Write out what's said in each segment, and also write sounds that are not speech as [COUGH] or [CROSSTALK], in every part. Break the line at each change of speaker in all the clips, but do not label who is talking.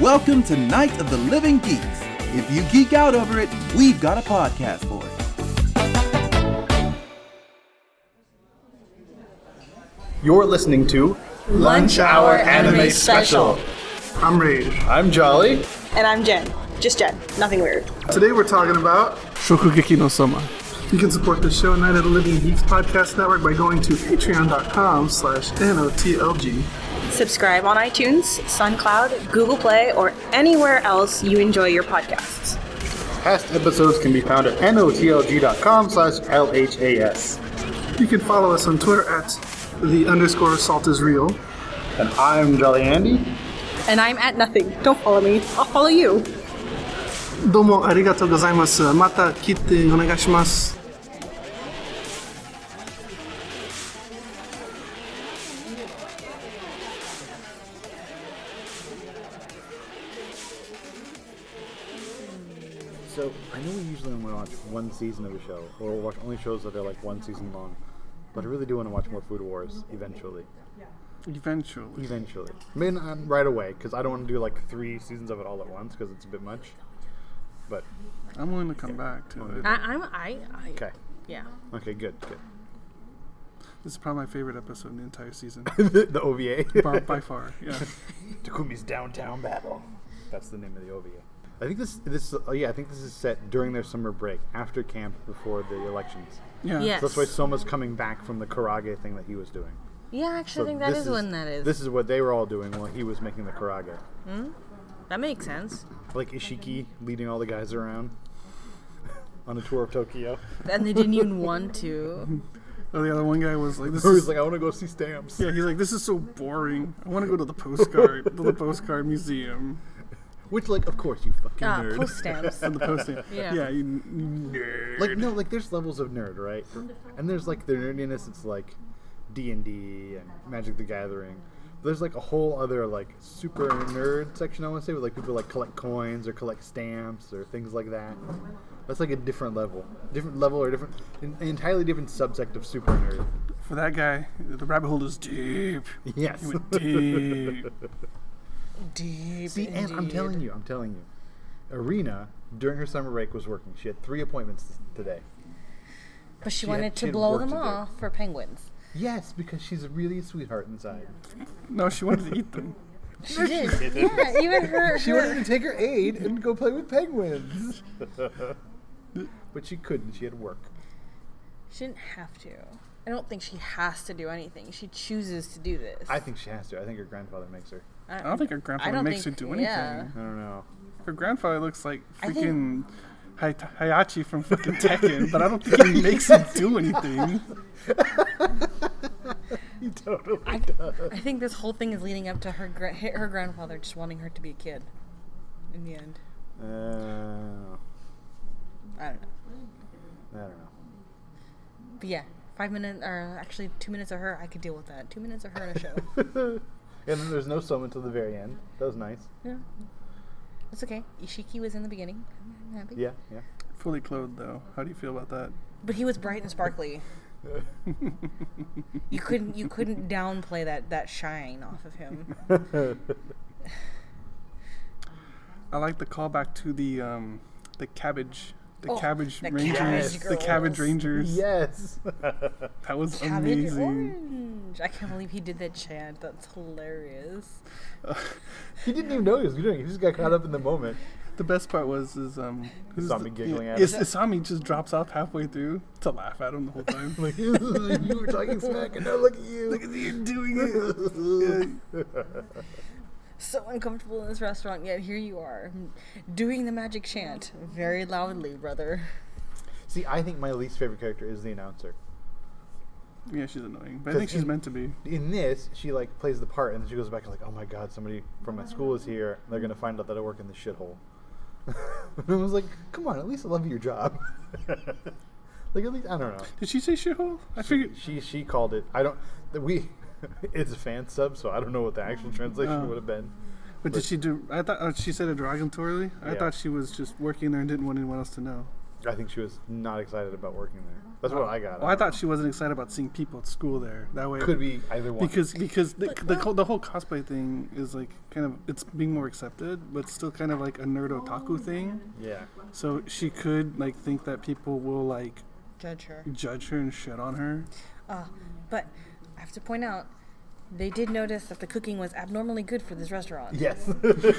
Welcome to Night of the Living Geeks. If you geek out over it, we've got a podcast for it.
You're listening to
Lunch Hour Anime Special.
I'm Rage.
I'm Jolly.
And I'm Jen. Just Jen. Nothing weird.
Today we're talking about
Shokugeki no Soma.
you can support the show Night at the Living Geeks Podcast Network by going to patreon.com slash N-O-T-L-G.
Subscribe on iTunes, SoundCloud, Google Play, or anywhere else you enjoy your podcasts.
Past episodes can be found at notlg.com slash LHAS.
You can follow us on Twitter at the underscore salt is real.
And I'm Jolly Andy.
And I'm at nothing. Don't follow me. I'll follow you.
Domo arigato gozaimasu. Mata kite onegashimasu.
So I know we usually only watch one season of a show, or we'll watch only shows that are like one season long. But I really do want to watch more Food Wars eventually.
Eventually.
Eventually. Maybe not right away, because I don't want to do like three seasons of it all at once, because it's a bit much. But,
I'm willing to come back to it.
I, I'm I, I
okay.
yeah.
Okay, good, good. [LAUGHS]
This is probably my favorite episode in the entire season.
the, the OVA. [LAUGHS]
by, by far, yeah.
Takumi's Downtown Battle. That's the name of the OVA. I think this this oh yeah I think this is set during their summer break after camp before the elections.
Yeah.
Yes.
So that's why Soma's coming back from the Karage thing that he was doing.
yeah, I actually
So
think that
this
is, when that is.
This is what they were all doing while he was making the Karage.
that makes sense.
Like Ishiki leading all the guys around [LAUGHS] on a tour of [LAUGHS] Tokyo.
And they didn't even want
[LAUGHS]
to.
Oh, the other one guy was like, this
Who's
is,
like I want to go see stamps.
yeah, he's like, this is so boring. I want to go to the postcard, to the postcard museum.
Which like of course you fucking
Ah,
nerd.
post
[LAUGHS]
stamps.
And the posting.
Yeah.
Yeah, you, you nerd.
like no like there's levels of nerd right and there's like the nerdiness it's like d&d and magic the gathering there's like a whole other like super nerd section i want to say with like people like collect coins or collect stamps or things like that that's like a different level different level or different an entirely different subsect of super nerd
For that guy, the rabbit hole is deep.
yes [LAUGHS]
He went deep.
Deep.
see and i'm telling you i'm telling you arena during her summer break was working she had three appointments today
But she,
she
wanted
had- she
to
had
blow
work
them
to do.
off for [LAUGHS] penguins.
yes because she's really a sweetheart inside
No, she wanted to eat them.
She did. yeah, even
[LAUGHS]
her.
She wanted to take her aid and go play with penguins. [LAUGHS] but she couldn't. She had work.
she didn't have to. I don't think she has to do anything. She chooses to do this.
I think she has to. I think her grandfather makes her.
I don't think her grandfather
don't
makes
think-
her do anything.
yeah.
I don't know. [LAUGHS]
Her grandfather looks like
I think-
freaking Hay- Hayachi from freaking Tekken, but I don't think
[LAUGHS]
he makes him do anything.
He totally [LAUGHS]
I,
does.
I think this whole thing is leading up to her gra- her grandfather just wanting her to be a kid. In the end,
Uh, I
I don't know.
Uh, don't know.
But yeah, five minutes or actually two minutes of her, I could deal with that. Two minutes of her in
[LAUGHS]
a show.
and then there's no sum until the very end. That was nice.
Yeah. It's okay. Ishiki was in the beginning. I'm happy.
Yeah, yeah.
Fully clothed, though. How do you feel about that?
But he was bright and sparkly. you couldn't you couldn't downplay that that shine off of him.
[LAUGHS]
I like the callback to the um, the cabbage, the
Oh,
cabbage
the
rangers,
Cabbage
the cabbage
Girls.
rangers.
Yes. [LAUGHS]
That was
Cabbage
amazing.
orange. I can't believe he did that chant. That's hilarious.
he didn't even know he was doing it. He just got caught up in the moment.
The best part was is um, who's
Isami
the-
giggling
yeah,
at
Is,
him.
Isami just drops off halfway through to laugh at him the whole time.
Like, [LAUGHS] you were talking smack, and now look at you. Look at
You're doing it.
So uncomfortable in this restaurant, yet here you are, doing the magic chant very loudly, brother.
See, I think my least favorite character is the announcer.
[LAUGHS] Yeah, she's annoying, but I
Cause
think she's
in-
meant to be.
in this, she like plays the part, and then she goes back and like, oh my god, somebody from my school is here. They're gonna find out that I work in this shithole. [LAUGHS] and I was like, come on, at least I love your job. [LAUGHS] like at least I don't know.
Did she say shithole? I figured.
She she called it. I don't. the- We. [LAUGHS] it's a fan sub, so I don't know what the actual translation
Oh.
would have been.
But did she do? I thought oh, she said it derogatorily. I
Yeah.
thought she was just working there and didn't want anyone else to know.
I think she was not excited about working there. That's what I got.
Oh. Well, I thought she wasn't excited about seeing people at school there. That way,
Could be either one.
because because the the, co- the whole cosplay thing is like kind of it's being more accepted, but still kind of like a nerd otaku thing. [LAUGHS]
yeah,
So she could like think that people will like
Judge her.
judge her and shit on her.
But I have to point out, they did notice that the cooking was abnormally good for
[LAUGHS]
this restaurant,
yes,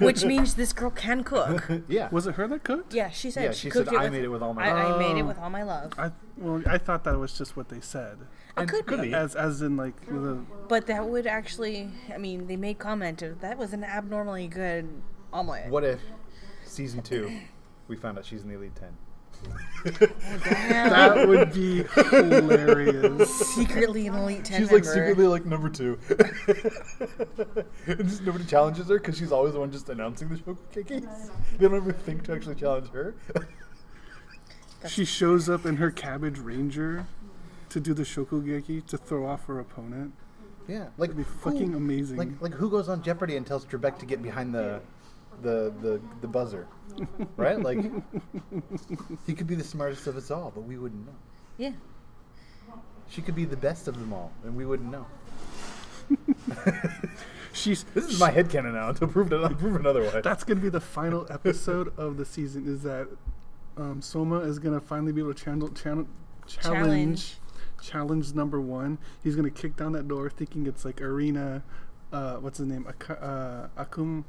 which means this girl can
[LAUGHS]
cook.
yeah.
Was it her that cooked?
Yeah, she said
Yeah,
she,
she
cooked
said,
it.
"I
with,
made it with all my
I, I made it
Oh.
with all my love.
I well, I thought that was just what they said,
I could, be.
as as in like the
But that would actually, I mean, they made comment of that was an abnormally good omelet.
What if season two, we found out she's in the elite ten? [LAUGHS]
that would be hilarious.
Secretly an elite ten
She's
member.
like secretly like number two. [LAUGHS] and just nobody challenges her because she's always the one just announcing the shokugekis. They don't ever think to actually challenge her. [LAUGHS]
She shows up in her cabbage ranger to do the shokugeki to throw off her opponent.
yeah, like
It'd be fucking amazing.
Oh, Like like who goes on Jeopardy and tells Trebek to get behind the the the, the [LAUGHS] buzzer, right? Like he could be the smartest of us all, but we wouldn't know.
yeah.
She could be the best of them all, and we wouldn't know.
She's
This is my headcanon now to prove to prove another way.
that's gonna be the final episode of the season. Is that um, Soma is gonna finally be able to channel, channel, challenge
Challenge.
challenge number one. He's gonna kick down that door, thinking it's like Arena. Uh, what's his name? Ak- uh, Akum.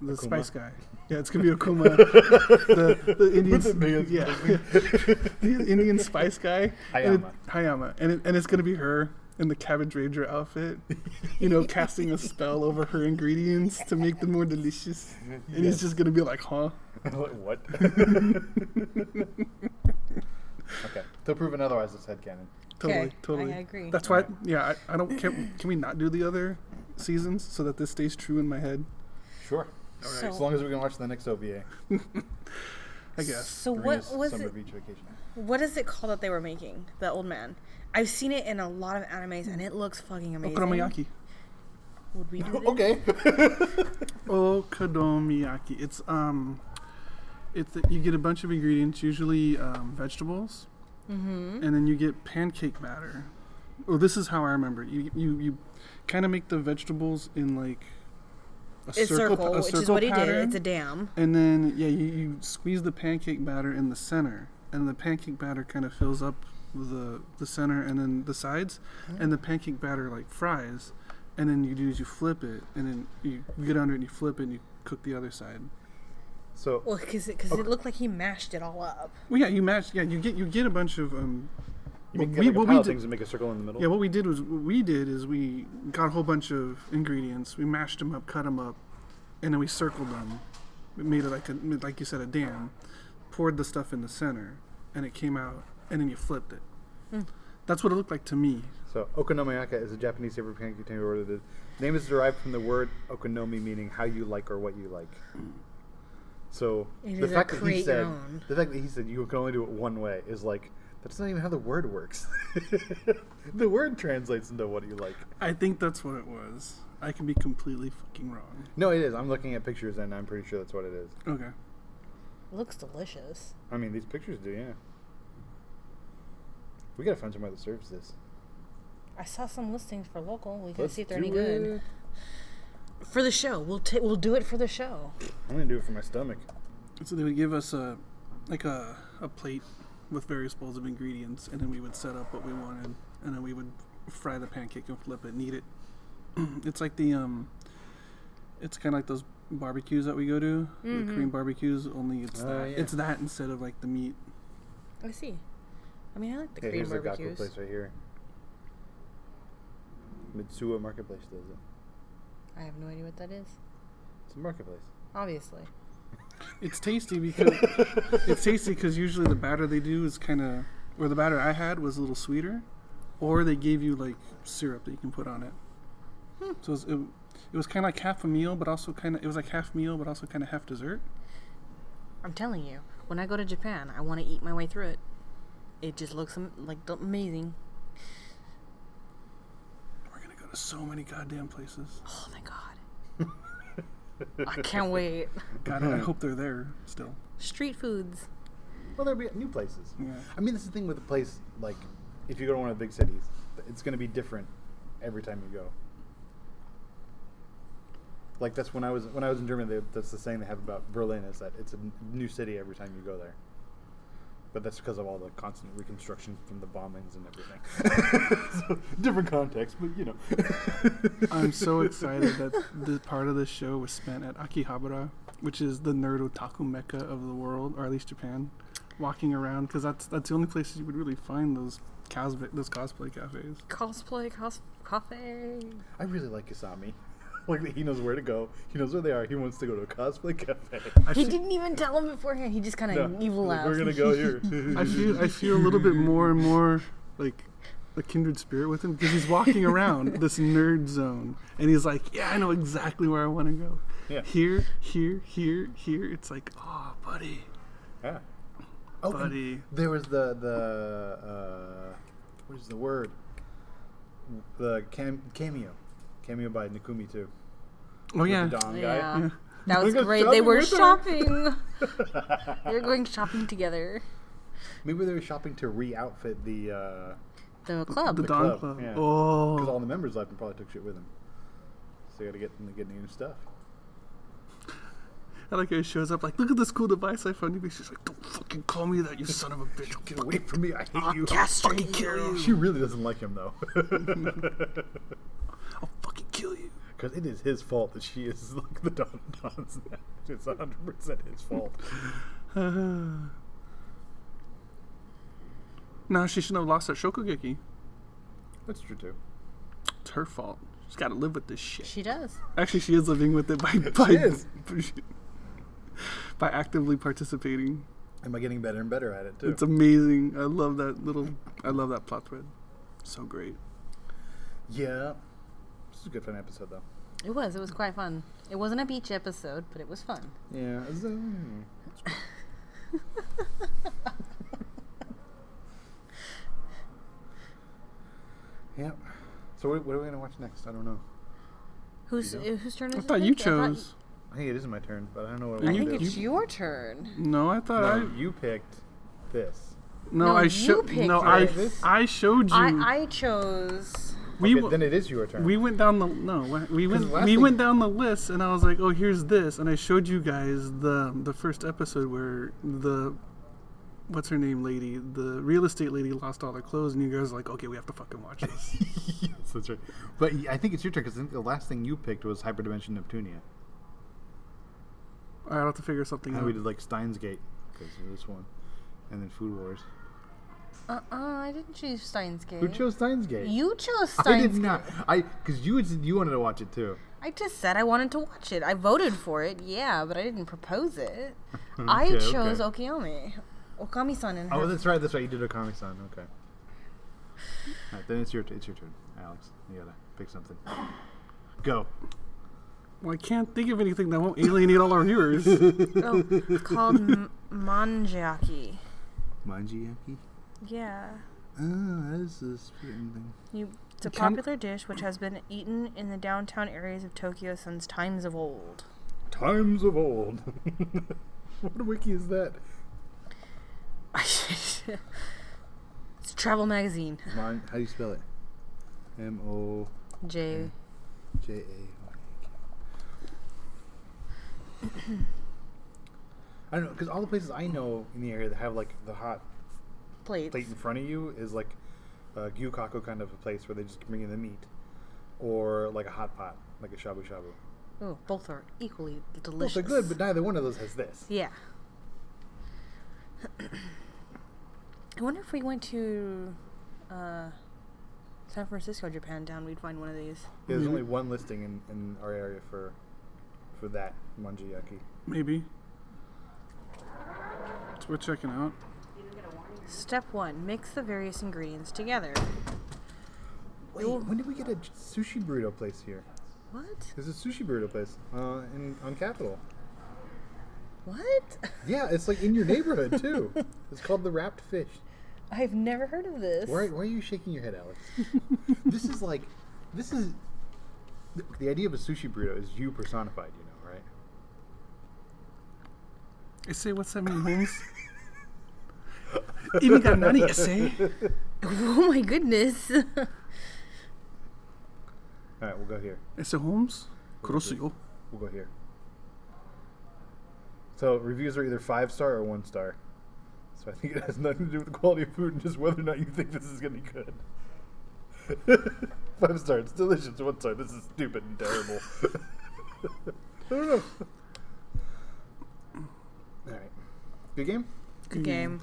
The Spice Guy. Yeah, it's gonna be
[LAUGHS]
Akuma, the, the Indian,
With the man.
yeah, [LAUGHS] the Indian Spice Guy, And it, Hayama, and, it, and it's gonna be her in the Cabbage Ranger outfit, you know, casting a spell over her ingredients to make them more delicious, and he's just gonna be like, huh?
[LAUGHS]
[LAUGHS]
Like, what? [LAUGHS] okay. To prove another otherwise, it's headcanon.
Totally,
Okay,
totally.
I agree.
That's why, yeah, I, I don't. Can, can we not do the other seasons so that this stays true in my head?
Sure.
So,
As long as we can watch the next OVA.
I guess.
so what
Serena's
was
summer
it?
beach vacation.
What is it called that they were making? The old man. I've seen it in a lot of animes, and it looks fucking amazing.
Okonomiyaki.
Would we do this?
Okay.
Okonomiyaki. It's um, it's you get a bunch of ingredients, usually um, vegetables, mm-hmm. and then you get pancake batter. Oh, this is how I remember. it. You you you kind of make the vegetables in like a
It's circle,
pa- a
which is
circle
what he did.
pattern.
It's a dam.
And then yeah, you, you squeeze the pancake batter in the center, and the pancake batter kind of fills up the the center and then the sides,
Mm.
and the pancake batter like fries, and then you do is you flip it, and then you get under it and you flip it and you cook the other side.
[LAUGHS] So
Well, because it, 'cause it looked like he mashed it all up.
Well, yeah, you match. Yeah, you get you get a bunch of um.
you
what
make
we-
like a
what we
pile of
did-
things and make a circle in the middle.
Yeah, what we did was what we did is we got a whole bunch of ingredients. We mashed them up, cut them up, and then we circled them. We made it like a made- like you said a dam. Poured the stuff in the center, and it came out. And then you flipped it. That's what it looked like to me.
So okonomiyaka is a Japanese favorite pancake tender order. The name is derived from the word okonomi, meaning how you like or what you like. So
It
the
is a
fact that he
create your
said
own.
the fact that he said you can only do it one way is like that's not even how the word works. [LAUGHS] the word translates into what you like.
I think that's what it was. I can be completely fucking wrong.
No, it is. I'm looking at pictures and I'm pretty sure that's what it is.
Okay.
Looks delicious.
I mean, these pictures do, yeah. We gotta find somewhere that serves this.
I saw some listings for local. We can
Let's
see if they're
do
any good.
it.
For the show, we'll ta- we'll do it for the show.
I'm gonna do it for my stomach.
So they would give us a like a a plate with various bowls of ingredients, and then we would set up what we wanted, and then we would fry the pancake and flip it and eat it. [CLEARS THROAT] it's like the um, it's kind of like those barbecues that we go to, the Korean barbecues. Only it's
Oh,
that
yeah.
it's that instead of like the meat.
I see. I mean, I like the
Yeah,
Korean
here's the gaku
barbecues.
place right here. Mitsuo Marketplace does it.
I have no idea what that is.
It's a marketplace.
Obviously,
It's tasty because it's tasty because usually the batter they do is kind of, or the batter I had was a little sweeter, or they gave you like syrup that you can put on it. So it was, it, it was kind of like half a meal, but also kind of it was like half meal, but also kind of half dessert.
I'm telling you, when I go to Japan, I want to eat my way through it. It just looks am- like d- amazing.
We're gonna go to so many goddamn places.
Oh my god, I can't wait.
God, I hope they're there still.
Street foods.
Well, there'll be new places.
Yeah.
I mean, this is the thing with a place like if you go to one of the big cities, it's going to be different every time you go. Like that's when I was when I was in Germany. They, that's the saying they have about Berlin is that it's a n- new city every time you go there. But that's because of all the constant reconstruction from the bombings and everything. [LAUGHS] so, different context, but you know.
[LAUGHS] I'm so excited that the part of this show was spent at Akihabara, which is the nerd otaku mecca of the world, or at least Japan. Walking around because that's that's the only place you would really find those cosplay those cosplay cafes.
Cosplay, cos coffee.
I really like Isami. [LAUGHS] Like that he knows where to go. He knows where they are. He wants to go to a cosplay cafe.
I
He
fe-
didn't even tell him beforehand. He just kind
No,
of evil
like,
out.
We're gonna go here. [LAUGHS]
I feel I feel a little bit more and more like a kindred spirit with him because he's walking [LAUGHS] around this nerd zone and he's like, yeah, I know exactly where I want to go.
Yeah.
Here, here, here, here. It's like, oh, buddy,
Yeah. Oh, and
buddy.
there was the the uh, what is the word? The cam- cameo, cameo by Nakumi too.
Oh yeah.
The Dom
Yeah.
[LAUGHS] guy.
That was
We're gonna
great.
shopping
They were
with her.
shopping.
[LAUGHS]
they were going shopping together.
Maybe they were shopping to re-outfit the because
The club.
The Don
club,
Club.
yeah. all
Oh,
the members left and probably took shit with them. So they got to get them to get new stuff.
I like how he shows up like, look at this cool device I found you. She's like, don't fucking call me that, you son of a bitch. I'll
Get away from me! I hate you.
fucking kill you.
She really doesn't like him though, [LAUGHS]
I'll fucking kill you.
because it is his fault that she is [LAUGHS] like the Don Don's. [LAUGHS] now. It's hundred percent his fault.
[SIGHS] No, she shouldn't have lost her shokugeki.
That's true too.
It's her fault. She's got to live with this shit.
She does.
Actually, she is living with it by by,
is.
[LAUGHS] by actively participating.
Am I getting better and better at it too?
It's amazing. I love that little. I love that plot thread. So great.
yeah. This is a good fun episode though.
It was. It was quite fun. It wasn't a beach episode, but it was fun.
Yeah. [LAUGHS] yep. So what, what are we gonna watch next? I don't know.
Who's uh, whose turn is
I
it?
thought you
pick? I thought
chose.
I think it is my turn, but I don't know what
And
I
I
you
want
think
to do.
it's your turn.
No, I thought I.
No, you picked this.
No,
No,
I
you
showed.
picked
No, I.
it.
I showed you.
I, I chose.
we
Okay,
w-
then it is your [LAUGHS] turn.
we went down the no. we- We went
last
we
thing-
went down the list, and I was like, oh, here's this, and I showed you guys the the first episode where the. What's her name, lady? The real estate lady lost all her clothes, and you guys are like, "Okay, we have to fucking watch this."
[LAUGHS] yes, that's right. But y- I think it's your turn because I think the last thing you picked was Hyperdimension Neptunia.
All right, I'll have to figure something
And
out.
we did like Steins Gate because of this one, and then Food Wars.
Uh uh I didn't choose Steins Gate.
Who chose Steins Gate?
You chose
I
Steins
did
Gate.
not. I because you had said you wanted to watch it too.
I just said I wanted to watch it. I voted for it, yeah, but I didn't
[LAUGHS]
propose it. I
Okay,
chose
okay.
Okami. Okami-san and her.
Oh, that's right. That's right. You did a comic sign. Okay. All right, then it's your it's your turn, Alex. You gotta pick something. Go.
Well, I can't think of anything that won't alienate all
[LAUGHS]
our viewers. All
oh, it's called M- Manjiaki.
Manjiaki.
Yeah.
Oh, that is a spitting thing.
You, it's a
Can-
popular dish which has been eaten in the downtown areas of Tokyo since times of old. [LAUGHS]
Times of old. [LAUGHS] what wiki is that?
it's a travel magazine.
Mon, how do you spell it? M O Mm.
J.
J A. I don't know because all the places I know in the area that have like the hot
Plates.
plate in front of you is like a gyukako kind of a place where they just bring you the meat, or like a hot pot, like a shabu shabu.
Oh, both are equally delicious.
Both are good, but neither one of those has this.
Yeah. [CLEARS THROAT] I wonder if we went to uh, San Francisco, Japan Town, we'd find one of these.
There's only one listing in, in our area for for that manjiyaki.
Maybe. It's worth checking out.
Step one: mix the various ingredients together.
Wait, when did we get a j- sushi burrito place here?
What?
There's a sushi burrito place uh, in on Capitol.
What? [LAUGHS]
Yeah, it's like in your neighborhood [LAUGHS] too. it's called the Wrapped Fish.
I've never heard of this.
Why, why are you shaking your head, Alex? this is like, this is the, the idea of a sushi burrito is you personified, you know, right? [LAUGHS]
I say, what's that mean, Holmes? Even got nani essay.
[LAUGHS] Oh my goodness. [LAUGHS]
All right, we'll go here.
Esse Holmes? Kurosuyo.
We'll go here. So reviews are either five star or one star. So I think it has nothing to do with the quality of food and just whether or not you think this is going to be good. [LAUGHS] five star, it's delicious. One star, this is stupid and terrible. [LAUGHS] I don't know. All right, good game.
Good game.